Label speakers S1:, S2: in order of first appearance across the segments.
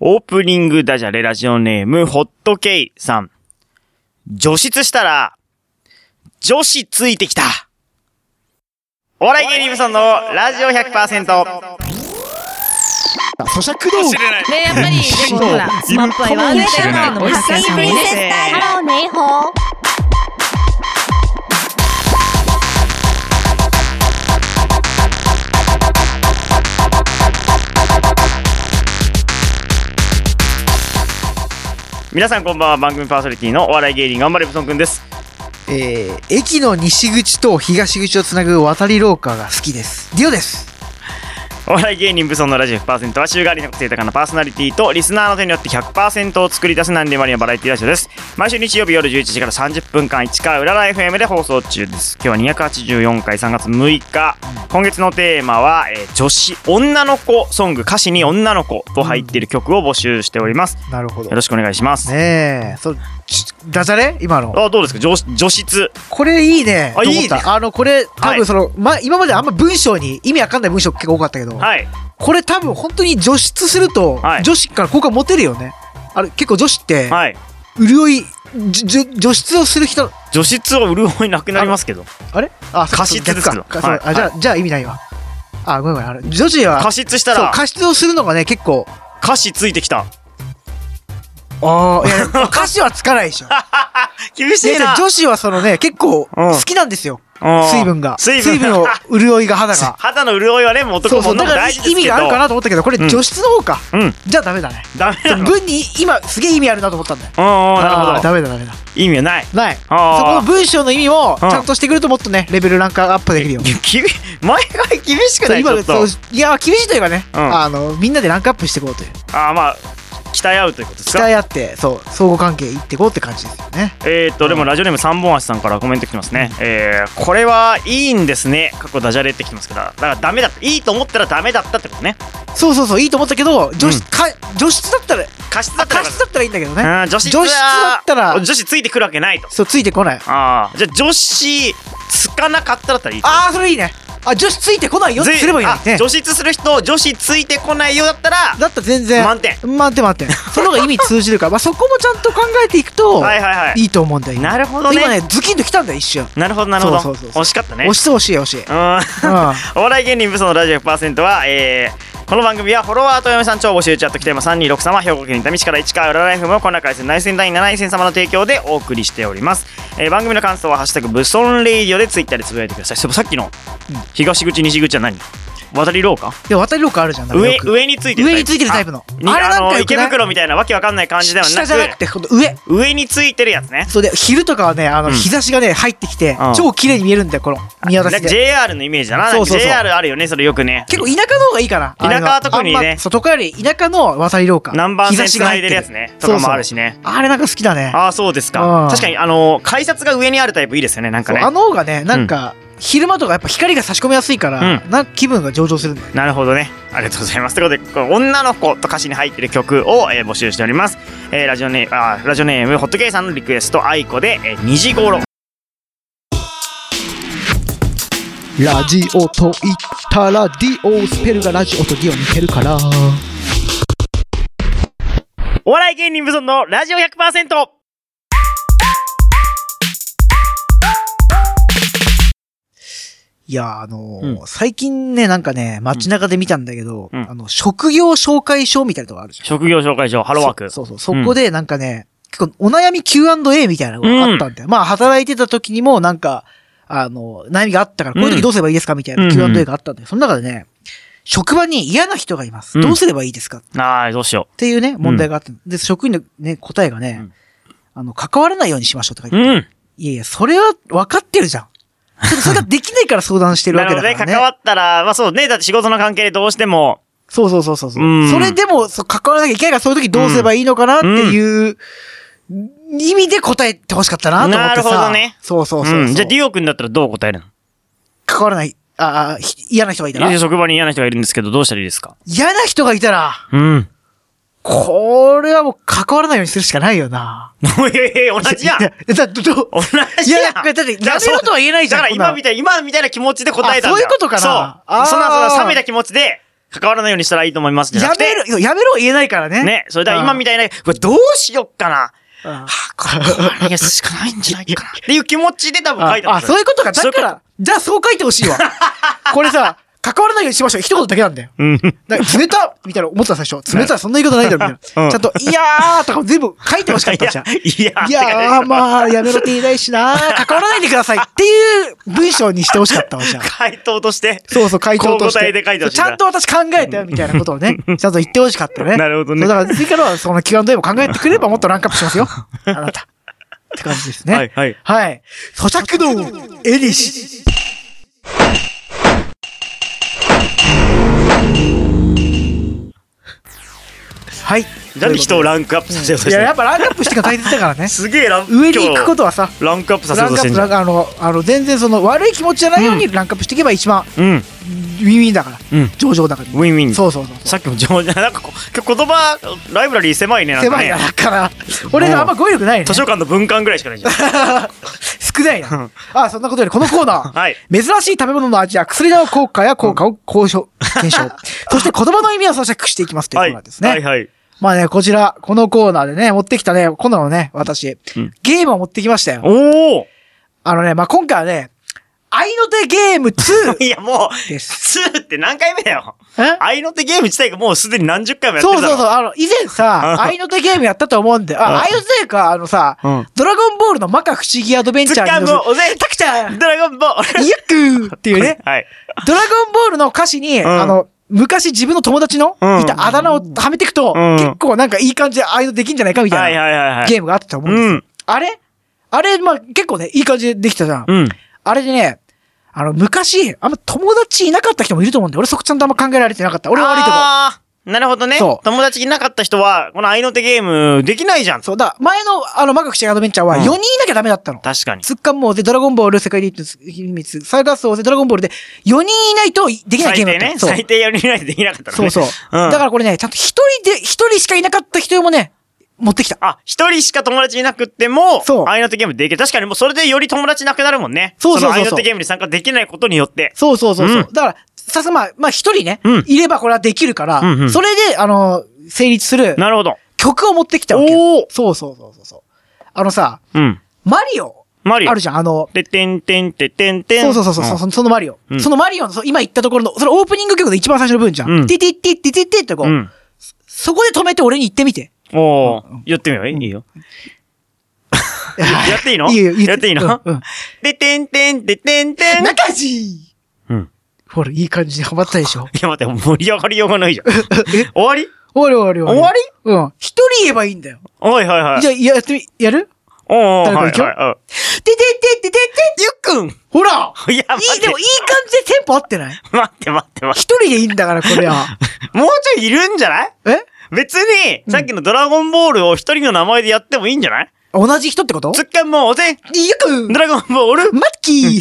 S1: オープニングダジャレラジオネーム、ホットケイさん。除湿したら、女子ついてきた。お笑い芸人ブソンのラジオ100%。
S2: 咀嚼道具
S3: ね、やっぱり、でもほら、スマップアイはね、
S2: いるか
S3: のも発散
S4: プリンセス
S3: ね。
S4: タイムハローネイホー
S1: 皆さんこんばんは、番組パーソナリティのお笑い芸人、頑張れブソンくんです。
S2: えー、駅の西口と東口をつなぐ渡り廊下が好きです。ディオです。
S1: お笑い芸人ブソンのラジオ100%は週替わりの個性豊かなパーソナリティとリスナーの手によって100%を作り出すなんでもありのバラエティラジオです。毎週日曜日夜11時から30分間市川うらら FM で放送中です。今日は284回3月6日。今月のテーマは、えー女子女の子ソング歌詞に女の子と入っている曲を募集しております。
S2: なるほど
S1: よろ。しくお願いします。
S2: ねえ、そう、ちダジャレ今の。
S1: あ、どうですか女女室。
S2: これいいね。
S1: あ
S2: と思
S1: いい
S2: っ
S1: ね
S2: た。あの、これ、多
S1: はい
S2: 分その、ま、今まであんま文章に意味わかんない文章結構多かったけど、
S1: はい。
S2: これ多分本当に除湿すると
S1: は、い
S2: 女子から好感持てるよね。あれ、結構女子って、
S1: はい。
S2: 潤い、じじ除湿をする人、
S1: 女室は潤いなくなりますけど。
S2: あれあ、そう
S1: 加湿です
S2: 逆
S1: けど
S2: か。そう
S1: はい
S2: あ、じゃあ、じゃあ意味ないわ。あ、ごめんごめん。あの女子は、
S1: 加湿した
S2: そう
S1: ら、
S2: 加湿をするのがね結構
S1: 歌詞ついてきた。
S2: ああいや歌詞はつかない でしょ
S1: 厳し
S2: いや女子はそのね結構
S1: うん
S2: 好きなんですよ
S1: うん
S2: 水分が
S1: 水分
S2: の潤いが肌が
S1: 肌の潤いはね、もう
S2: そ
S1: 男
S2: うそ
S1: も女
S2: う
S1: も
S2: だから
S1: 大
S2: 意
S1: 事です
S2: 味
S1: けど。
S2: があるかなと思ったけどこれ
S1: うん
S2: 除湿の方か
S1: うん。
S2: じゃあダメだね
S1: ダメなの。うん、うん、
S2: 文に今すげえ意味あるなと思ったんだよ
S1: なる
S2: あー
S1: ほど。
S2: ダメだダメだ
S1: 意味はない。
S2: ないそ
S1: あー
S2: この文章の意味もち
S1: うん
S2: ゃんとしてくるともっとねレベルランクアップできるよ
S1: いや厳毎回厳しくないち
S2: 今
S1: ょっと。
S2: そういや厳しいといえばね
S1: うん
S2: あのみんなでランクアップしていこうという
S1: ああ、まあ、鍛え合うということです
S2: 鍛
S1: か。
S2: え合ってそう相互関係いっていこうって感じですよね
S1: えー、っと、でもラジオネーム三本足さんからコメント来てますね。えー、これはいいんですね。過去ダジャレって来てますけど。だからダメだった。いいと思ったらダメだったってことね。
S2: そうそうそういいと思ったけど女
S1: うん
S2: 子か除湿だったら
S1: 過失だ
S2: あ
S1: ったら
S2: 加湿だったらいいんだけどね
S1: うん、女子
S2: 女子だったら
S1: 女子ついてくるわけないと。
S2: そうついてこない
S1: ああ、じゃあ女子つかなかったらだったらいいと。
S2: ああそれいいねあ女子ついてこないよってすればいいのに
S1: あ
S2: ね
S1: 女子する人、女子ついてこないようだったら、
S2: だったら全然
S1: 満点
S2: 満点 満点その方が意味通じるから、まあ、そこもちゃんと考えていくと
S1: はいはいはい。
S2: いいと思うんだよ今
S1: なるほどね
S2: 今ねズキンときたんだよ一瞬
S1: なるほどなるほど。
S2: そうそうそうそう
S1: 惜しかったね。
S2: 押してほしい押しい、
S1: う
S2: う
S1: ーん。
S2: ん、
S1: お笑い芸人武装のラジオ100%は、えー、この番組はフォロワーとお嫁さん超募集チャット来てます326様兵庫県伊丹市から市川浦ライフもこんな回線内戦第7位戦様の提供でお送りしております、えー、番組の感想は「ハッシュタグ武装レイディオ」でツイッターでつぶやいてくださいそうさっきの東口西口は何渡り廊下
S2: で渡り廊下あるじゃんなんか
S1: 上
S2: よく
S1: 上についてる
S2: 上についてるタイプの
S1: あ
S2: あれなん
S1: あの
S2: かよく
S1: 池
S2: ない
S1: 袋みたいなわけわかんない感じではなく
S2: 下じゃなくてこの上
S1: 上についてるやつね
S2: そうで昼とかはねあの、
S1: うん
S2: 日差しがね入ってきて、
S1: うん
S2: 超綺麗に見えるんだよこの見渡
S1: な
S2: し
S1: んか
S2: で
S1: JR のイメージだな
S2: そうそうそう
S1: JR あるよねそれよくね
S2: 結構田舎の方がいいかな。
S1: 田舎は
S2: ああいうの
S1: 特にね
S2: あんまそう、都会より田舎の渡り廊下。
S1: 南蛮線
S2: 日差し
S1: つ
S2: が
S1: な
S2: 入
S1: い
S2: っ
S1: で
S2: て
S1: るやつねとかもあるしね
S2: そうそうあれなんか好きだね。
S1: ああそうです
S2: う
S1: か
S2: ん
S1: 確かにあのー改札が上にあるタイプいいですよねなんか
S2: そう
S1: ね
S2: あの方がね、なんか、昼間とかやっぱ光が差し込みやすいから、
S1: う
S2: なんか気分が上々するんだよね。
S1: なるほどねありがとうございますということでこの女の子と歌詞に入ってる曲を、えー募集しております、えーラジオネームあーラジオネームホットケイさんのリクエスト愛子で、えー、2時頃
S2: ラジオと言ったら、ディオスペルがラジオとディオ似てるから。
S1: お笑い芸人無存のラジオ100%
S2: いや、あの
S1: う
S2: ー、最近ね、なんかね、街中で見たんだけど、
S1: うん
S2: あの、職業紹介書みたいなのがあるじゃん。
S1: 職業紹介所ハローワーク
S2: そうそうそう。そこでなんかね、結構お悩み Q&A みたいなのがあったんだよ。まあ働いてた時にもなんか、あの、悩みがあったから、こういう時どうすればいいですかみたい
S1: うん
S2: な Q&A があったんだよ。その中でね、職場に嫌な人がいます。
S1: うん
S2: どうすればいいですかっ
S1: ああどうしよ
S2: ていうね、問題があって。で、職員のね、答えがね、
S1: うん
S2: あの、関わらないようにしましょうとか
S1: う
S2: 言
S1: う
S2: って。
S1: ん
S2: いやいや、それは分かってるじゃん。それそれができないから相談してる
S1: な
S2: わ
S1: る
S2: け
S1: ほ
S2: だ
S1: ど
S2: か
S1: ね
S2: ら
S1: 関
S2: ね。
S1: わったらまあそうねだって仕事の関係でどうしても
S2: そうそうそうそうそう、
S1: うん
S2: それでもそう関わらなきゃいけないから、そういう時どうすればいいのかなっていう、意味で答えてほしかったなと思ってさ。
S1: なるほどね
S2: そうそうそうそうう、
S1: んじゃあディオ君だったらどう答えるの
S2: 関わらない、ああ、ひ嫌な人がいた
S1: いや
S2: ら。
S1: 職場に嫌な人がいるんですけどどうしたらいいですか
S2: 嫌な人がいたら、
S1: うん。
S2: これはもう関わらないようにするしかないよな。
S1: いやいやいや同じやん
S2: い。やだってどう
S1: 同じ
S2: いや
S1: やん。
S2: いやだって
S1: だから
S2: やめろとは言えないじゃん
S1: だから
S2: こんな
S1: 今
S2: の
S1: みたい、今みたいな気持ちで答えたんだよ
S2: あそういうことかな
S1: そう。
S2: あー
S1: そんな、そんな冷めた気持ちで、関わらないようにしたらいいと思います。じゃ
S2: や
S1: なくて
S2: める、そうやめろ言えないからね。
S1: ね、それでは今みたいな、これどうしよっかな。
S2: うん。
S1: は
S2: あ
S1: あ、これ、これしかないんじゃないかな。っていう気持ちで多分書いたんで
S2: あ、
S1: す
S2: そう
S1: よ。
S2: いうことか。
S1: そうい
S2: だ
S1: うこ
S2: か
S1: と
S2: ら、じゃあそう書いてほ しいわ。これさ、関わらないようにしましょう。一言だけなんだ よ。
S1: うん。
S2: だから冷たみたいな思ってた最初。冷たいそんな言い方ないだろ、み たい
S1: うん
S2: な。ちゃんと、いやーとか全部書いてほしかったじゃん。
S1: いや、
S2: い
S1: いや、
S2: やー、まあ、やめろって言いないしなー関わらないでくださいっていう文章にしてほしかったわ、じゃん。
S1: 回答として。
S2: そうそう、回答として。
S1: 交互体で書いてほしいん
S2: ち
S1: だ
S2: ゃんと私考えたよ、みたいなことをね、ちゃんと言ってほしかった よね。
S1: なるほどね
S2: そうだから、次からはその Q&A も考えてくれればもっとランクアップし ますよ。あなた。って感じですね。
S1: はい、はい。
S2: はい。咀嚼道、エリシ。はい。
S1: なんで人をランクアップさせようと
S2: い
S1: し
S2: や、
S1: て
S2: や
S1: る。
S2: っぱランクアップしてから大切だからね
S1: すげえラン、
S2: 上に行くことはさ、
S1: ランクアップさせよ
S2: ラ
S1: う
S2: ン
S1: と
S2: ク
S1: し
S2: ア
S1: てん
S2: ップ、
S1: じゃ
S2: ラ
S1: ん
S2: ン。クあの、あの、全然その悪い気持ちじゃないようにランクアップしていけば一番、
S1: うん。
S2: ウィンウィンだから。
S1: うん
S2: 上々だから。
S1: ウィンウィン。
S2: そうそうそう。
S1: さっきも上手、なんかこう言葉、ライブラリー狭いね、なんか
S2: 狭い
S1: ね
S2: な。だから、俺があんま語彙力ないね。
S1: 図書館の文館ぐらいしか ないじゃん。
S2: 少ないな。あ、そんなことより、このコー ナー。
S1: はい
S2: 珍しい食べ物の味や薬の効果や効果を 交渉、検証。そして言葉の意味を咀嚼していきますというコ
S1: は
S2: ー
S1: い。
S2: ナーですね。
S1: はいはい。
S2: まあね、こちら、このコーナーでね、持ってきたね、今度のね、私、
S1: うん
S2: ゲームを持ってきましたよ。
S1: おお
S2: あのね、まあ今回はね、愛の手ゲーム 2!
S1: いやもう、
S2: です
S1: 2って何回目だよ。
S2: え
S1: 愛の手ゲーム自体がもうすでに何十回もやって
S2: そ
S1: る
S2: う
S1: だ
S2: そう
S1: ろ。
S2: そう、あの、以前さ、愛の手ゲームやったと思うんで、
S1: うん
S2: あ、愛の手か、あのさ、
S1: うん
S2: ドラゴンボールの摩訶不思議アドベンチャー
S1: 掴
S2: に
S1: むおぜ、
S2: タクちゃん
S1: ドラゴンボール。、
S2: ユックーっていうね
S1: はい。
S2: ドラゴンボールの歌詞に、
S1: ん
S2: あの、昔自分の友達の
S1: うん
S2: いたあだ名をはめていくと、
S1: うん
S2: 結構なんかいい感じで愛のできんじゃないかみた
S1: はいい
S2: な
S1: はいはいはい。
S2: ゲームがあったと思うんですよ。
S1: うん
S2: あれあれ、まあ結構ね、いい感じでできたじゃん。
S1: うん。
S2: あれでね、あの、昔、あんま友達いなかった人もいると思うんで、俺そこちゃんとあんま考えられてなかった。俺は悪いとこ。
S1: あーなるほどね。
S2: そう
S1: 友達いなかった人は、この愛の手ゲームできないじゃん。
S2: そうだ、前のあの、マガクシアドベンチャーは
S1: うん
S2: 4人いなきゃダメだったの。
S1: 確かに。
S2: ツッカンモーゼ、ドラゴンボール、世界リート秘密、サーガス王でドラゴンボールで4人いないとできないゲームだったの。そう
S1: 最低ね。最低やりないとできなかったの
S2: そう
S1: ね。
S2: そう。
S1: ん
S2: だからこれね、ちゃんと一人で、一人しかいなかった人用もね、持ってきた。
S1: あ、一人しか友達いなくっても、
S2: そう
S1: 愛の手ゲームできる。確かにもうそれでより友達なくなるもんね。
S2: そうそうそうそう
S1: の愛の手ゲームに参加できないことによって。
S2: そうそうそうそう。
S1: うん
S2: だから、さすまあ、まあ一人ね、
S1: うん
S2: いればこれはできるから、
S1: うんうん
S2: それで、あの、成立する
S1: なるほど。
S2: 曲を持ってきたわけよ
S1: おー
S2: そうそうそうそうそう。あのさ、
S1: うん。
S2: マリオ、
S1: マリオ。
S2: あるじゃん、あの、
S1: で、てんてんててんてん。
S2: そうそうそうそう、そそのマリオ、
S1: うん
S2: そのマリオの、そう今言ったところの、そのオープニング曲の一番最初の部分じゃ
S1: うん
S2: ん。ティティティティティティってこ
S1: う
S2: う、
S1: ん。うん。
S2: そこで止めて俺に言ってみて。
S1: おー。やってみよう。いいよ。やっていいの
S2: いいよ、いいよ
S1: やっていいの
S2: うんうん
S1: で、てんてんててんてん。い
S2: 中地
S1: うん
S2: ほら、いい感じにハマったでしょ。
S1: や、待って、盛り上がりようがないじゃん。
S2: え
S1: 終わり
S2: 終わり終わり
S1: 終わり
S2: うん。一人言えばいいんだよ。
S1: はいはいはい。
S2: じゃあ、やってみ、やる
S1: おーおー、
S2: 誰か
S1: はい
S2: 行くよ
S1: はいはい。
S2: てててててて
S1: ゆっくん
S2: ほら
S1: いや、待っ
S2: いい、
S1: て
S2: でもいい感じでテンポ合ってない
S1: 待って待って待
S2: 一人でいいんだから、これは。
S1: って。もうちょいいるんじゃない
S2: え
S1: 別に、さっきのドラゴンボールを一人の名前でやってもいいんじゃない
S2: 同じ人ってこと
S1: つっかんもうぜ
S2: いやく
S1: ドラゴンボール
S2: マッキー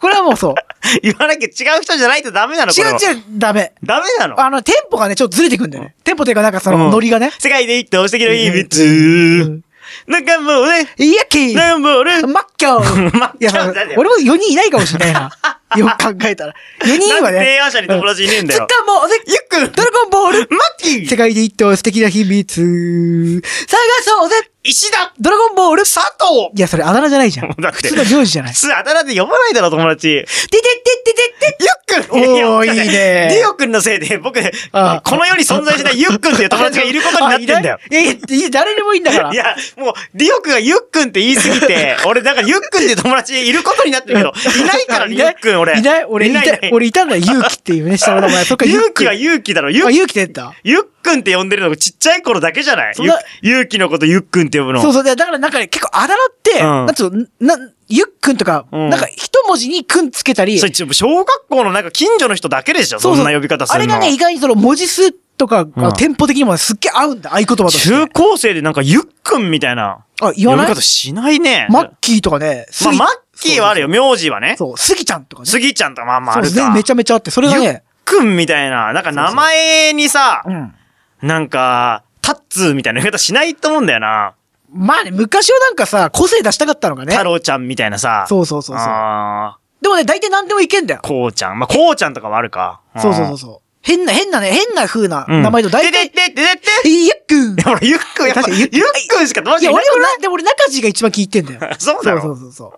S2: これはもうそう。
S1: 言わなきゃ違う人じゃないとダメなのこ
S2: 違
S1: れは
S2: う違う、ダメ。
S1: ダメなの
S2: あの、テンポがね、ちょっとずれてくんだよね。テンポというか、なんかそ
S1: うん
S2: の、ノリがね。
S1: 世界で一等素敵の秘
S2: う
S1: 密
S2: ん
S1: ドラゴンボール
S2: いやき
S1: ドラゴンボール
S2: マッキョー
S1: マッ
S2: い
S1: キョー
S2: や、その
S1: 誰だよ
S2: 俺も4人いないかもしれないな。よく考えたら。4人
S1: な
S2: は
S1: んで提
S2: ね。
S1: 案者に友達いねえんだ
S2: つ
S1: よ
S2: っ。かもう、ゆっくドラゴンボール
S1: マッキ
S2: 世
S1: ー
S2: 界で一等素敵な秘密。探そうぜ
S1: 石田
S2: ドラゴンボール
S1: 佐藤
S2: いや、それあだ名じゃないじゃん。
S1: だって
S2: 普通の名字じゃない。
S1: 普通あだ名で呼ばないだろ、友達。
S2: てててててて
S1: ゆっくん
S2: おー
S1: や
S2: いいね
S1: ディオくんのせいで、僕、こ
S2: あ
S1: の世に存在しないゆっくんっていう友達がいることになってんだよ。
S2: あいないえ、いや誰でもいいんだから。
S1: いや、もう、ディオくんがゆっくんって言いすぎて、 俺、なんかゆっくんって友達いることになってるけど、いないから、
S2: い
S1: ゆ
S2: な
S1: っ
S2: い
S1: くん、俺。
S2: いない俺いた
S1: いない、
S2: 俺いたんだよ、勇気っていうね、下の名前。そっか、
S1: ゆっ
S2: 気
S1: くんは勇気だろ、ゆ
S2: あ、
S1: っ
S2: 勇気って言った
S1: ゆっくんって呼んでるのちっちゃい頃だけじゃない
S2: そん
S1: ゆ
S2: な
S1: 勇気のことゆっくんって呼ぶの。
S2: そうそう。でだからなんかね、結構あだ名って、
S1: うん
S2: なんつうの、な、ゆっくんとか、
S1: うん
S2: なんか一文字にくんつけたり、
S1: それちょ小学校のなんか近所の人だけでしょ
S2: う
S1: そう
S2: うん
S1: な呼び方す
S2: あ
S1: る
S2: れ
S1: の。
S2: がね、意外にその文字数とか、
S1: うん
S2: テンポ的にもねすっげえ合うんだ、合言葉として。
S1: 中高生でなんかゆっくんみたいな
S2: あ、言
S1: 呼
S2: わ
S1: び
S2: ない
S1: 方しないね。
S2: マッキーとかね、
S1: まあ、
S2: 杉
S1: マッキーはあるよ、名字はね。
S2: そう、スギちゃんとかね。
S1: スギちゃんとかまあまああ
S2: そう
S1: る
S2: ですね
S1: か。
S2: めちゃめちゃあって、それが
S1: ゆっ
S2: ね、
S1: くんみたいな、なんか名前にさ、
S2: うん。
S1: なんか、タッツーみたいな言い方しないと思うんだよな。
S2: まあね、昔はなんかさ、個性出したかったのがね
S1: 太。郎ちゃんみたいなさ。
S2: そうそうそうそう。
S1: あ
S2: でもね、大体何でもいけんだよ。
S1: こうちゃん。まあ、こうちゃんとかはあるか。
S2: そうそうそう
S1: そ
S2: そう。変な、変なね、変な風な
S1: うん。
S2: 名前と大
S1: でで
S2: 体、
S1: でででで
S2: いやっくん。
S1: い
S2: い
S1: や、俺、ゆっくん、やっぱ、
S2: 確かに
S1: ゆ
S2: ゆ
S1: っ
S2: っくん
S1: くんしかどうし
S2: や、
S1: よう
S2: 俺もな、でも俺中地が一番聞いてんだよ。
S1: そうだろ
S2: そうそうそうそう。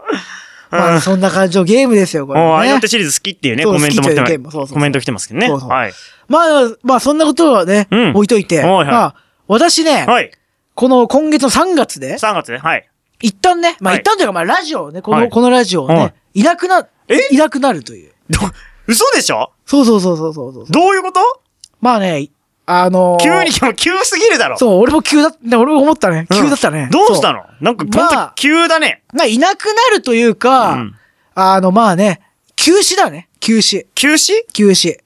S2: まあ、そんな感じのゲームですよ、これ、ね。
S1: おーアイオンテシリーズ好きっていうね、
S2: そう
S1: コメントも来て
S2: 好きというゲームそうそう
S1: ま
S2: そう
S1: コメント来てますけどね。
S2: そうそう
S1: はい。
S2: まあ、まあ、そんなことはね、
S1: うん
S2: 置いといて。
S1: はいはい
S2: まあ、私ね、
S1: はい。
S2: この今月の3月で、
S1: 3月ね。はい。
S2: 一旦ね、まあ
S1: はい
S2: 一旦というか、まあラジオをね、この、
S1: はい
S2: このラジオをね、
S1: はい
S2: い、なくな、
S1: え
S2: いなくなるという。
S1: ど、嘘でしょ
S2: そうそうそうそうそうそう。
S1: どういうこと
S2: まあね、あのー
S1: 急に、でも急すぎるだろ。
S2: そう、俺も急だ、ね、俺も思ったね。
S1: うん
S2: 急だったね。
S1: どうした
S2: の
S1: のなんか、
S2: まあ
S1: ほんと急だね。
S2: まあいなくなるというか、
S1: うん
S2: あの、まあね、休止だね。休止。
S1: 休止
S2: 休止。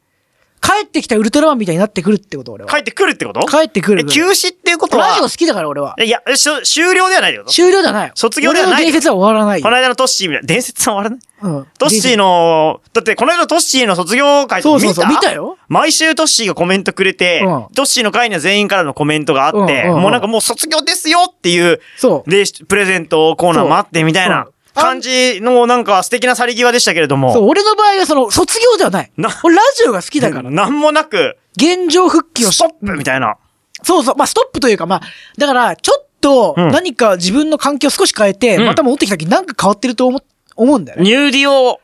S2: 帰ってきたウルトラマンみたいになってくるってこと、俺は。
S1: 帰ってくるってこと
S2: 帰ってくる
S1: え、。休止っていうこと
S2: ラジオ
S1: は
S2: 好、きだから、俺は。
S1: いや、しょ終了ではないよ。こ
S2: 終了じゃない。
S1: 卒業ではない
S2: 俺の伝説は終わらないよ。
S1: の間のトッシーみたいな、伝説は終 わらない
S2: うん。
S1: トッシーの、だってこの間のトッシーの卒業会と
S2: そう
S1: か
S2: そう
S1: 見
S2: そう
S1: た
S2: 見たよ
S1: 毎週トッシーがコメントくれて、
S2: うん
S1: トッシーの会には全員からのコメントがあって、
S2: うんうんうん
S1: もうなんかもう卒業ですよっていう、
S2: そう。
S1: で、プレゼントコーナーもあってみたいな
S2: そううん
S1: 感じのなんか素敵な去り際でしたけれど
S2: そう、
S1: も、
S2: 俺の場合はその、卒業ではない。
S1: な
S2: 俺ラジオが好きだから。
S1: なんもなく、
S2: 現状復帰を
S1: ス
S2: し
S1: トップみたいな。
S2: そうそう。まあ、ストップというか、まあ、だから、ちょっと、
S1: うん
S2: 何か自分の環境を少し変えて、
S1: うん
S2: また戻ってきた時なんか変わってると思う、思うんだよね。
S1: ニューディオっ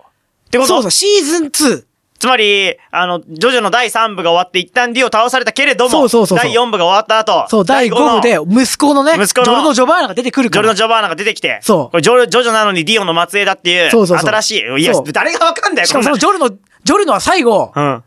S1: てこ
S2: そ
S1: と
S2: うそう、シーズン2。
S1: つまり、あの、ジョジョの第3部が終わって一旦ディオ倒されたけれども、
S2: そうそうそうそう
S1: 第4部が終わった後、
S2: そう、第5部で、息子のね、
S1: 息子の
S2: ジョルノ・ジョバーナが出てく
S1: ジ
S2: る
S1: ョ
S2: か
S1: ルノ・
S2: ら。
S1: ジョバーナが出てきて、
S2: そう
S1: これジョルジョジョなのにディオの末裔だっていう、
S2: そうそうそう
S1: 新しい、いや
S2: そ、う
S1: 誰がわかんだよ、
S2: しかもそ
S1: こん
S2: の
S1: な
S2: ジョルノ、ジョルノは最後、あ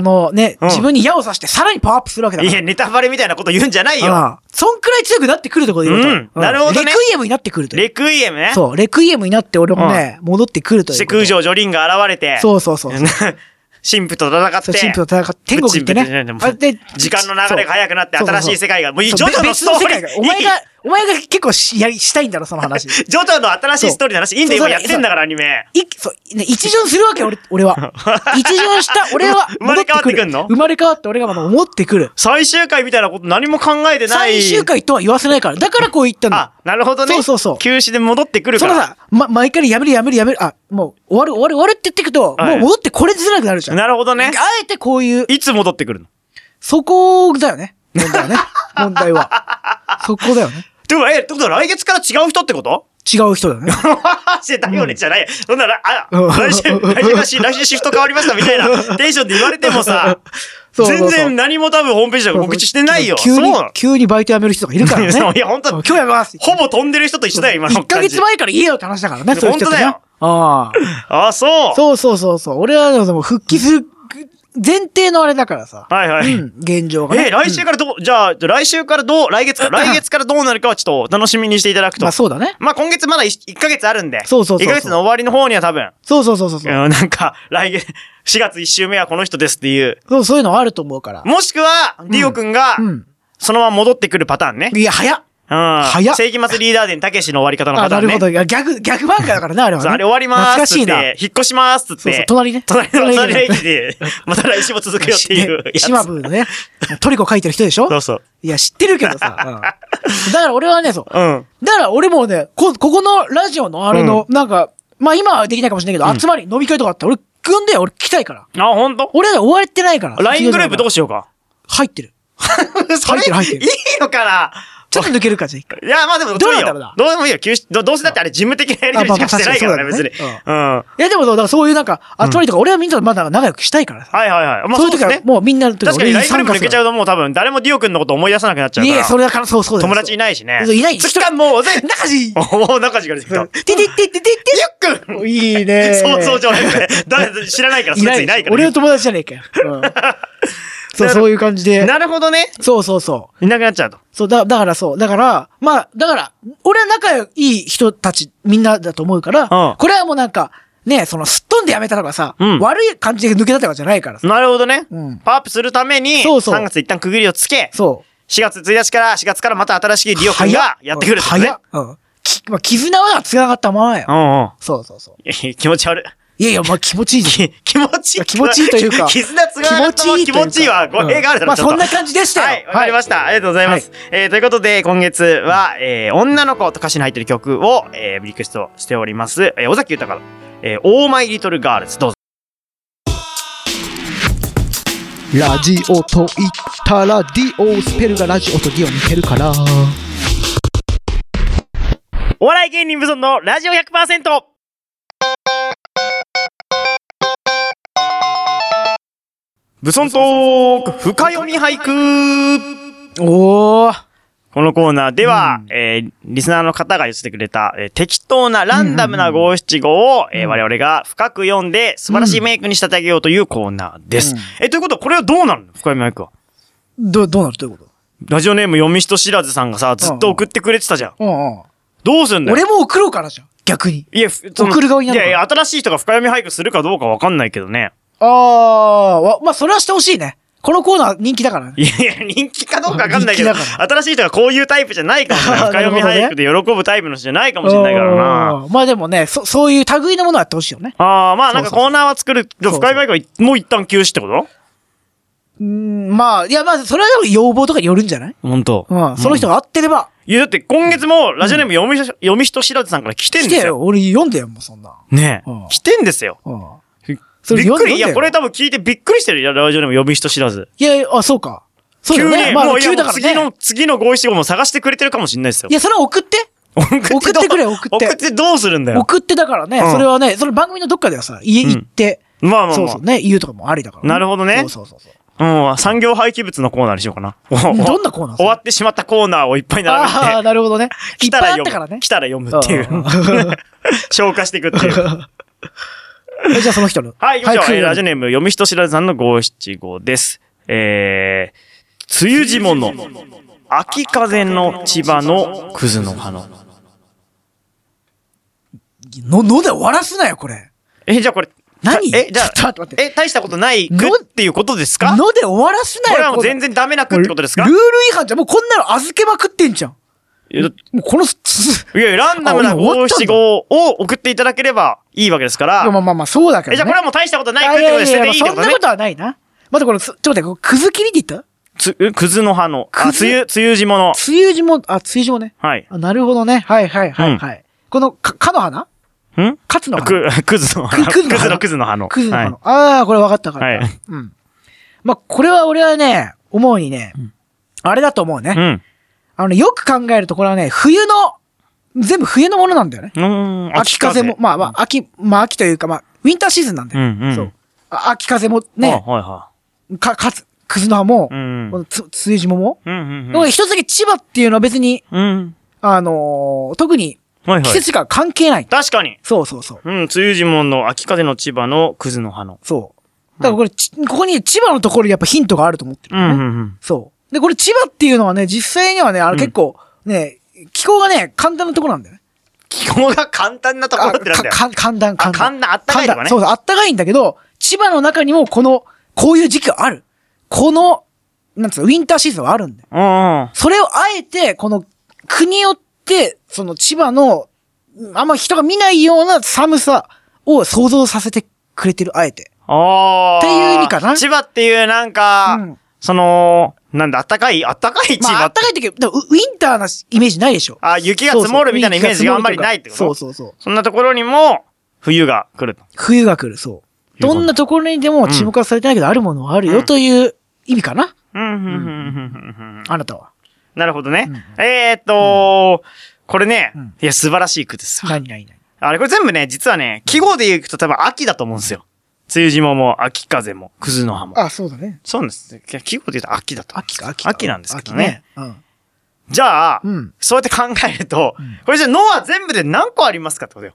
S2: のね、
S1: うん
S2: 自分に矢を刺してさらにパワーアップするわけだ
S1: うん。
S2: か
S1: い
S2: ら。
S1: や、ネタバレみたいなこと言うんじゃないよ。
S2: ああそんくらい強くなってくるところで言うと。
S1: うんなるほどね
S2: レクイエムになってくるという。
S1: レクイエムね。
S2: そう、レクイエムになって俺もね、戻ってくると
S1: そ
S2: いう
S1: して
S2: ことで。
S1: 空城ジョリンが現れて、
S2: そうそうそうそう。
S1: 神父と戦っ
S2: そ
S1: て、
S2: う、神父と戦って、天国行ってね
S1: 神。父
S2: あで
S1: 時間の流れが早くなって
S2: そうそうそう
S1: 新しい世界がもう
S2: そう
S1: ジョジョの
S2: 別別世界
S1: ス
S2: が
S1: トー
S2: お
S1: リー
S2: 前が、お前が結構し、やり、したいんだろ、その話。い、
S1: ジョジョの新しいストーリーの話、
S2: そう
S1: いいんだよ、
S2: そ
S1: 今
S2: う
S1: やってんだから、アニメ。
S2: そう、ね、一巡するわけ、俺、俺は。一巡した、俺は、
S1: 生まれ変わってくんの
S2: 生まれ変わって俺がまだ思ってくる。
S1: 最終回みたいなこと何も考えてない。
S2: 最終回とは言わせないから。だからこう言ったん
S1: あ
S2: だ。、
S1: なるほどね。
S2: そうそうそう
S1: 休止で戻ってくる
S2: そ
S1: か
S2: の
S1: ら。
S2: さ、ま、毎回やめるやめるやめる、あ、もう終わる終わる終わるって言ってくと、
S1: はい
S2: もう戻ってこれづらくなるじゃん。
S1: なるほどね
S2: あ。えてこういう、
S1: いつ戻ってくるの
S2: そこだよね。問題はね。 問題は。そこだよね。
S1: てか、え、ってことは来月から違う人ってこと
S2: 違う人だよね。
S1: してたよねじゃない。そんなら、あ、
S2: うん
S1: 来週、来週がし、来週シフト変わりましたみたいなテンションで言われてもさ、
S2: そうそうそ
S1: 全
S2: う
S1: 然何も多分ホームページとか告知してないよ。
S2: 急に
S1: そうなの、
S2: 急にバイト辞める人がいるから ね。
S1: そういや本当
S2: 今日やめます。
S1: ほぼ飛んでる人と一緒だよ、今の
S2: 1ヶ
S1: 感じ。
S2: 月前から言えよって話だからね、そういう人ってね。
S1: 本
S2: あ
S1: あ、そう
S2: あ。。そうそうそうそう。俺はでも復帰する前提のあれだからさ。
S1: はいは
S2: う
S1: い。
S2: ん、現状がね。
S1: え、来週からどう、じゃあ、じゃあ来週からどう、来月か、来月からどうなるかはちょっとお楽しみにしていただく
S2: ま
S1: と
S2: あ。そうだね。
S1: まあ、今月まだ 1, ヶ月あるんで。
S2: そうそうそうそう
S1: 1ヶ月の終わりの方には多分、
S2: そうそうそうそう。そう
S1: うんなんか、来月、4月1週目はこの人ですっていう。
S2: そうそういうのはあると思うから。
S1: もしくは、ディオ君が
S2: う、ん。
S1: そのまま戻ってくるパターンね。
S2: いや、早っ。
S1: うん。
S2: 早っ
S1: 世紀末リーダー伝たけしの終わり方の
S2: あ、
S1: パター
S2: な
S1: ンね。
S2: るほど。いや、ギャグ、ギャグ漫画だからね、あれは
S1: そう
S2: ね。
S1: あれ終わりま
S2: 懐
S1: ー
S2: か
S1: す
S2: し
S1: っつ
S2: い
S1: って、
S2: な。
S1: 引っ越しまーすっつ
S2: そう
S1: っ
S2: そう
S1: て。、
S2: 隣ね。
S1: 隣の、隣の
S2: ね
S1: 駅 で、また来週も続くよっていうやつ。
S2: 島部のね、トリコ書いてる人でしょ
S1: そうそう。
S2: いや、知ってるけ どさ。うんだから俺はね、そう。
S1: うん。
S2: だから俺もね、こ、ここのラジオのあれの、なんか、まあ今はできないかもしれないけど、集まり、飲み会とかあったら俺、組んでよ、俺来たいから。
S1: あ、ほんと
S2: 俺はね終わってないから。
S1: ?LINE グループどう
S2: し
S1: しようか。
S2: 入ってる。
S1: それ、
S2: 入ってる入って
S1: い
S2: る
S1: いのかな
S2: ちょっと抜けるか、じ ゃあ一回。
S1: いや、まあでも、
S2: どうなん
S1: いい
S2: だ
S1: よ
S2: ろうな
S1: どうでもいいよ。休止どどうせだってあれ、事務的なやり取りしかしてないからね、
S2: あまあまあ
S1: 別に。
S2: 確かにそう
S1: うん。はい
S2: や、でもそう、だからそういうなんか、集まりとか、俺はみんなとまだ仲良くしたいからさ。
S1: いはいはい。まあ
S2: そう
S1: そ
S2: いう
S1: うで
S2: 時
S1: す
S2: は、
S1: ね。
S2: もうみんなと
S1: 確かに LINE グループ抜けちゃう
S2: う
S1: ともう多分、誰もディオ君のこと思い出さなくなっちゃう
S2: い
S1: か
S2: やい
S1: ら。
S2: や、それだから、そうそうだよ
S1: 友達いない しね。
S2: そういない
S1: つっかも う、ぜ
S2: そう中地
S1: おお、中地から出てきた。
S2: てててててて
S1: ゆっくん
S2: いいね。
S1: 想像じゃなくて、だ知らないから、そいついないから。
S2: 俺の友達じゃねえかよ。うん、そう、そういう感じで。
S1: なるほどね。
S2: そうそうそう。
S1: いなくなっちゃうと。
S2: そう、だ、だからそう。だから、まあ、だから、俺は仲良い人たち、みんなだと思うから、
S1: うん
S2: これはもうなんか、ね、その、すっ飛んでやめたとかさ、
S1: うん
S2: 悪い感じで抜けたとかじゃないからさ。
S1: なるほどね。
S2: うん
S1: パワーアップするために、
S2: そうそう
S1: 3月一旦区切りをつけ、
S2: そう。
S1: 4月1日から、4月からまた新しいディオ君
S2: 早
S1: がやってくるってことね。
S2: 早っうん。き、まあ、絆は繋がったままや。
S1: うんうん
S2: そうそうそう。
S1: いや。気持ち悪い。
S2: いやいや、まあ気持ちいいじゃん。
S1: き気持ちいい。
S2: 気持ちいいというか
S1: 絆つがるとも気
S2: 気持
S1: 持ち
S2: ちい
S1: いい
S2: いというか
S1: わ。語弊があるだろ、
S2: まあ
S1: ちょっと
S2: そんな感じでしたよ
S1: はい、わかりました。
S2: はい
S1: ありがとうございます。えーということで、今月は、えー女の子と歌詞に入ってる曲を、えーリクエストしております。えー尾崎豊から、えー、オーマイリトルガールズ、どうぞ。
S2: ラジオと言ったら、ディオスペルがラジオとディオ似てるから。
S1: お笑い芸人無尊のラジオ 100%! 武尊トーク深読み俳句
S2: おー。
S1: このコーナーでは、
S2: うん
S1: えーリスナーの方が寄せてくれた、えー適当なランダムな五七五を、えー我々が深く読んで素晴らしいメイクに仕立て上げようというコーナーです。
S2: うん
S1: えーということはこれはどうなるの深読み俳句は。
S2: ど、どうなるどういうこ
S1: ラジオネーム読み人知らずさんがさ、ずっと送ってくれてたじゃん。
S2: とうんうん。
S1: どうすんだよ
S2: 俺も送ろうかな、じゃあ逆に。
S1: いや、ふその
S2: 送る側に
S1: い
S2: なるの
S1: やいや、
S2: か
S1: 新しい人が深読み俳句するかどうかわかんないけどね。
S2: あー、わまあ、それはしてほしいね。このコーナー人気だからね。
S1: いやいや、人気かどうかわかんないけど、
S2: 人気だか
S1: 新しい人がこういうタイプじゃないかもしれない。
S2: あー
S1: 深読み
S2: なる
S1: 俳
S2: ほ
S1: 句で喜ぶタイプの人じゃないかもしれないからな。
S2: うんまあでもね、そ、そういう類のものはやってほしいよね。
S1: ああ、まあなんか
S2: そうそうそう
S1: コーナーは作る。じゃあ
S2: そうそ
S1: 深
S2: う
S1: 読み俳句はもう一旦休止ってこと
S2: うん、まあ、いや、まあ、それはでも要望とかによるんじゃない
S1: 本当
S2: うん、その人が合ってれば。
S1: いや、だって今月もラジオネーム読み人、読み人知らずさんから来てんで
S2: 来て
S1: す
S2: よ。
S1: よ。
S2: 俺読んでよ、もうそんな。
S1: ねえ
S2: うん
S1: 来てんですよ。
S2: うん。
S1: びっ
S2: それ
S1: く
S2: 読ん
S1: り。
S2: で
S1: いや、
S2: よ
S1: これ多分聞いてびっくりしてるよ。ラジオネーム読み人知らず。
S2: いやいや、あ、そうか。そうだ
S1: 急
S2: よ
S1: に、
S2: ね。ま
S1: も
S2: あ、
S1: ういや
S2: 急だ
S1: も
S2: か
S1: う次
S2: らね
S1: の、。次の五七五も探してくれてるかもしれないですよ
S2: い。や、それは送って。
S1: 送ってどう
S2: 送ってくれ送って
S1: 送ってどうするんだよ。
S2: 送ってだからね、
S1: うん
S2: それはね、その番組のどっかではさ、家行って、
S1: まあまあ
S2: そう
S1: ま
S2: そうね、言うとかもありだから、
S1: なるほどね
S2: そうそうそうそう。
S1: あ。うん、産業廃棄物のコーナーにしようかな。
S2: どんなコーナー
S1: 終わってしまったコーナーをいっぱい並
S2: ああー、
S1: べて、
S2: なるほどね。い
S1: 来
S2: ったぱ
S1: ら
S2: いあっ
S1: 読
S2: たから
S1: む。
S2: ね
S1: 来。たら読むっていう
S2: うん。
S1: 消化していくっていう。
S2: えじゃあその人の。
S1: はい、行きましょう。
S2: 来る
S1: えー
S2: よ
S1: ラジオネーム、読み人知らずさんの五七五です。えー、梅雨時もの、秋風の千葉のクズの葉の。
S2: の、ので終わらすなよ、これ。
S1: え、じゃあこれ、
S2: 何
S1: たえ、じゃ
S2: ちょ
S1: あ
S2: っと待っ、て
S1: え、大したことないく
S2: の
S1: っていうことですか
S2: ので終わらすな
S1: こ
S2: よ、
S1: れはもう全
S2: こ
S1: 然ダメなくっ
S2: んな
S1: てことですか
S2: ルール違反じゃん。もうこんなの預けまくってんじゃん。
S1: いやだ
S2: もうこの、つ
S1: いやいや、ランダムな
S2: あ俺終わ
S1: 五
S2: った
S1: 七
S2: んだ
S1: 五を送っていただければいいわけですから。
S2: まあまあまあ、そうだけど、
S1: え、
S2: ね。
S1: じゃあこれはもう大したことない
S2: あ
S1: くってことで
S2: い
S1: 捨
S2: や
S1: て
S2: いや
S1: ていいってこと
S2: そんな
S1: ね
S2: こ。とはないな。まだこれ、ちょっと待って、これくず切りって言った
S1: つ、くずの葉の。あ、
S2: くず
S1: つゆ、つゆじもの。
S2: 梅雨時も、あ、梅雨時もね。
S1: はい。
S2: あなるほどね。はいはいはいはい。この、か、かの花
S1: ん
S2: かつの花
S1: く、くずの葉。
S2: く
S1: く ず
S2: くずの葉
S1: の、くずの葉の。
S2: くずの
S1: は
S2: 花。
S1: い
S2: ああ、これ分かった分かった。
S1: はい
S2: うん。まあ、これは俺はね、思うにね、あれだと思うね。
S1: うん。
S2: あのね、よく考えるとこれはね、冬の、全部冬のものなんだよね。
S1: うーん。
S2: 秋風も、まあまあ、秋、まあ秋というか、まあ、ウィンターシーズンなんだ
S1: う
S2: よ。
S1: んうん。
S2: そう。あ秋風も
S1: あ
S2: ね、
S1: はいは
S2: か、かつ、くずの葉も
S1: い。う、ん。
S2: こ
S1: うん
S2: のつ、つゆじもも。
S1: うん
S2: でもね一つだけ千葉っていうのは別に、
S1: うん。うん。
S2: あのー特に
S1: はい
S2: 季
S1: はい。
S2: 節が関係ない。
S1: 確かに。
S2: そうそうそう。
S1: うん、つゆじもの、秋風の千葉のくずの葉の。
S2: そう。だからこれ、ちここに千葉のところにやっぱヒントがあると思ってる、
S1: う
S2: ね
S1: んうんうん。
S2: そう。で、これ千葉っていうのはね、実際にはね、あの結構、ね、気候がね、簡単なところなんだよね。
S1: 気候が簡単なとこ
S2: あ
S1: ろってなんだよ。
S2: か寒暖、
S1: あ
S2: 寒暖。
S1: 寒暖あったかいとかね
S2: 寒暖そうそう、あったかいんだけど、千葉の中にもこの、こういう時期がある。この、なんつうの、ウィンターシーズンはあるんだよ。
S1: うんうん。
S2: それをあえて、この、国によって、その千葉の、あんま人が見ないような寒さを想像させてくれてる、あえて。
S1: ああ。
S2: っていう意味かな
S1: 千葉っていうなんか、
S2: うん
S1: その、なんだ、あったかい、あったかい千
S2: まあ、
S1: 葉
S2: あ
S1: っ。
S2: ってたかい時、でもウウィンターなイメージないでしょ。
S1: あ、雪が積もるみたいなイメージがあんまりないってこと
S2: そうそうそう。
S1: そんなところにも、冬が来ると。
S2: 冬が来る、そう。どんなところにでも注目はされてないけど、あるものはあるよという意味かな、
S1: うん、うん、うん、うん。
S2: あなたは。
S1: なるほどね。
S2: うん
S1: えーっと、これね、
S2: うん
S1: いや、素晴らしい句ですよ。
S2: 何何何
S1: あれ、これ全部ね、実はね、記号で言うと多分秋だと思うんですよ。梅雨霜も、秋風も、くずの葉も。
S2: あ、そうだね。
S1: そうなんです。いや記号で言うと秋だと思うんで
S2: 秋
S1: す。
S2: か、秋か。
S1: 秋なんですけどね。
S2: 秋ね。
S1: じゃあ、
S2: うん。うん。
S1: そうやって考えると、
S2: うん
S1: これじゃあ、ノは全部で何個ありますかってことよ。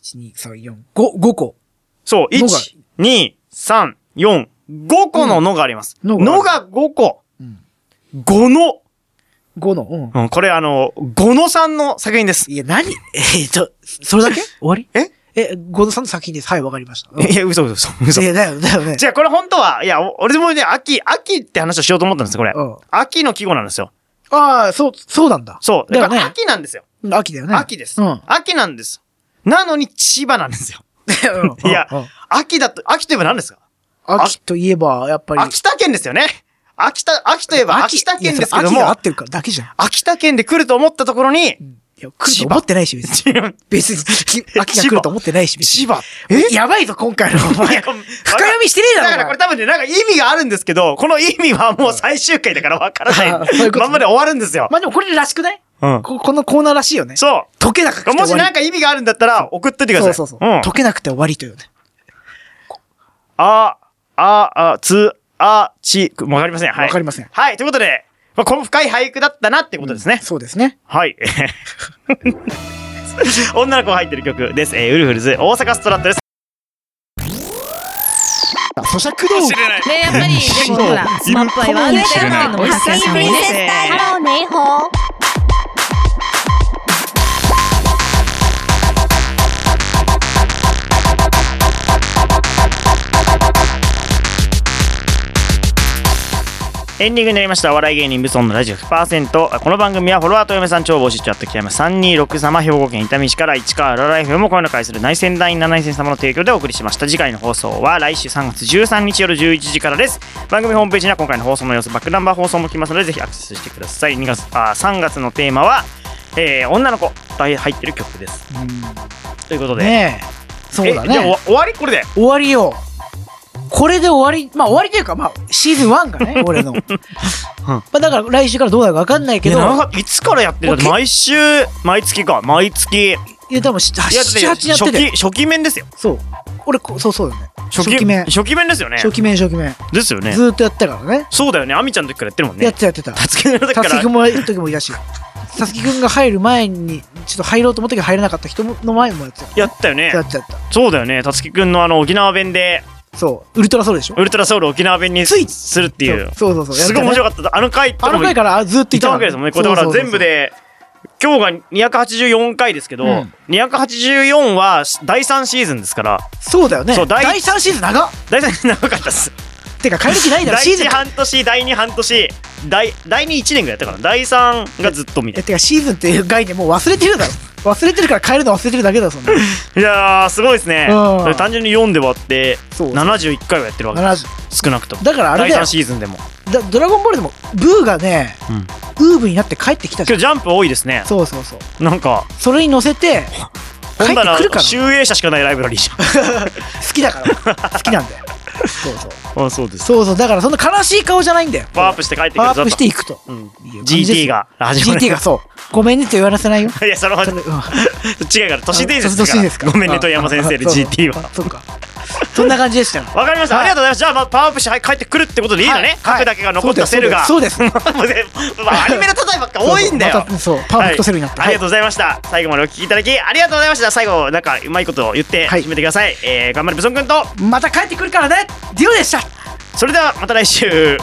S2: 1、2、3、4、5、5個。
S1: そう、
S2: のが
S1: 1、2、3、4、5個ののがあります。
S2: うんのが
S1: のが5個。
S2: うん。
S1: 5の。
S2: 5の、うん。
S1: うん、これあの、5のさんの作品です。
S2: いや、何 えっと、それ だけ終わり
S1: え
S2: え、5の3の作品です。はい、わかりました。うん
S1: いや、嘘嘘嘘。
S2: い
S1: 嘘
S2: や、だよ、だよね。
S1: じゃあこれ本当は、いや、お俺もね、秋、秋って話をしようと思ったんですよ、これ。
S2: うん
S1: 秋の季語なんですよ。
S2: ああ、そう、そうなんだ。
S1: そう。
S2: だ
S1: だ
S2: よ
S1: か
S2: ね
S1: ら秋なんですよ。
S2: 秋だよね。
S1: 秋です、
S2: うん。
S1: 秋なんです。なのに千葉なんですよ。
S2: うん
S1: いや
S2: うん
S1: 秋だと、秋といえば何ですか
S2: 秋といえば、やっぱり。
S1: 秋田県ですよね。秋田、秋といえば秋田県ですけど
S2: いやそれ秋が合
S1: も
S2: っ、てるからだけじゃん。
S1: 秋田県で来ると思ったところに、
S2: いや、来ると思ってないし、別に。別に、き秋が来ると思ってないし、別に。
S1: 葉
S2: えやばいぞ、今回の。お
S1: い
S2: 前
S1: やこん
S2: 深読みしてねえだ
S1: だ
S2: ろ。
S1: からこれ多分ね、なんか意味があるんですけど、この意味はもう最終回だからわから
S2: あ
S1: な
S2: ー そういう
S1: い。
S2: こと
S1: まんまで終わるんですよ
S2: お前。まあでもこれらしくない
S1: うん。
S2: ここのコーナーらしいよね。
S1: そ
S2: 溶けなくて
S1: う。もしなん
S2: か
S1: か意味があるんだったら、送っといてくださ
S2: そ
S1: い。
S2: うそうそう。
S1: ん。
S2: 溶けなくて終わりというね。
S1: あ、あ、あ、つ、あ、ち、わかりません。はい。
S2: わかりません
S1: はい。ということで、まあ、この深い俳句だったなってことですね。
S2: そうですね。
S1: はい。 女の子が入ってる曲です。えーウルフルズ、大阪ストラットです。
S2: 咀嚼道具。
S1: ない。
S3: ね、やっぱり、でもほら、スマップ愛はあるんだよっていうのも、はっさんもね。
S4: ハローネイホー。
S1: エンディングになりました。お笑い芸人、ブソンのラジオ100%。この番組はフォロワーとお嫁さん超募集中やってきています。326様、兵庫県伊丹市から市川ラライフも声の会する内戦団員7戦様の提供でお送りしました。次回の放送は来週3月13日夜11時からです。番組ホームページには今回の放送の様子、バックナンバー放送も来ますので、ぜひアクセスしてください。2月、あ、3月のテーマは、えー女の子と入ってる曲です。ということで。
S2: ねえ。そうだ
S1: えじゃあお
S2: ね。
S1: 終わりこれで。
S2: 終わりよ。これで終わり、まあ終わりというか、まあシーズン1がね、俺の。まあだから来週からどうなるかわかんないけ
S1: いや
S2: ど、
S1: 長かったいつからやってるだって
S2: も
S1: 毎週、毎月か、毎月。いや
S2: いや多分7、
S1: だって
S2: 8やって
S1: 初期、
S2: て。
S1: 初期面ですよ。
S2: そう。俺こ、そうそうだよね。初
S1: 初期
S2: 期面。
S1: 初期面ですよね。
S2: 初期面、初期面。
S1: ですよね。
S2: ずーっとやってたからね。
S1: そうだよね。アミちゃんの時からやってるもん
S2: や
S1: ね。
S2: ってた、やってた。
S1: たつきの時か
S2: たつきく
S1: ら
S2: ん。もいる時もいたし、たつきくんが入る前に、ちょっと入ろうと思ったけど入れなかった人の前もやってた。
S1: やったよね
S2: や。ってたやってた。
S1: そうだよね。たつきくんのあの沖縄弁で、
S2: そう。ウルトラソウルでしょ
S1: ウルトラソウル沖縄弁に
S2: つい
S1: するっていう。
S2: そうそうそう。
S1: すごい面
S2: か
S1: 白かった。あの回と
S2: あ
S1: か
S2: の
S1: も
S2: 回からずっと
S1: い
S2: いた
S1: た
S2: ら
S1: わけですもんね。これだから全部。で、今日が284回ですけど、
S2: うん
S1: 284は第3シーズンですから、
S2: そうだよね。
S1: そう第
S2: 第3シーズン長っ
S1: 第3シーズン長かったです。
S2: てか、帰る気ないだろ、
S1: 第
S2: シーズン
S1: 1。半年第2半年第第2 1年ぐらいやったから第3がずっとみた
S2: え、
S1: い
S2: てか、シーズンっていう概念もう忘れてるだろ。忘れてるから帰るの忘れてるだけだよ、そん な。
S1: ないやーすごいですね
S2: うん
S1: それ単純に4で割って
S2: そう
S1: 71回はやってるわけ
S2: 70
S1: 少なくとも
S2: だからあれ
S1: 第
S2: だよ
S1: 3シーズンでも
S2: だドラゴンボールでも、ブーがね、
S1: うん
S2: ウーブになって帰ってきたじゃ
S1: 今日ジャンプ多いですね
S2: ん。そうそうそう。
S1: なんか
S2: それに乗せ て、
S1: 本
S2: 帰って
S1: 棚
S2: くるから。
S1: 集英社しかないライブラリーじ
S2: 好きだ から。好きなんだよ。そう そう。
S1: ゃんあそうで
S2: そうそう、だからそんな悲しい顔じゃないんだよ。
S1: パワーアップして帰ってく
S2: パ
S1: る
S2: ワ
S1: ぞ
S2: ーアップしていくと。
S1: うん
S2: GT
S1: GT が始まる
S2: GT がそう。ごめんねって言わせないよ。
S1: いやそれは
S2: それうん
S1: 違うから都市伝説
S2: 都
S1: だ
S2: 市伝説
S1: か
S2: から
S1: ごめんね鳥山先生で GT。
S2: あ
S1: は
S2: あ そうそうか。そんな感じでしたから。
S1: わかりましたありがとうございますじゃあまあパワーアップしてはい帰ってくるってことでいいの
S2: はい
S1: ね核だけが残ったセルが
S2: そうです。そうで す
S1: もうねまあアニメの例えばっか多いんだ
S2: そう
S1: よ
S2: そうま。たそう、パーフェクトセルになって。
S1: はいありがとう
S2: う。
S1: ございました。最後までお聞きいただきありがとうございました。最後なんかうまいことを言って
S2: はい
S1: 締めてください。えー頑張れブソン君と
S2: また帰ってくるからねディオでした
S1: それではまた来週。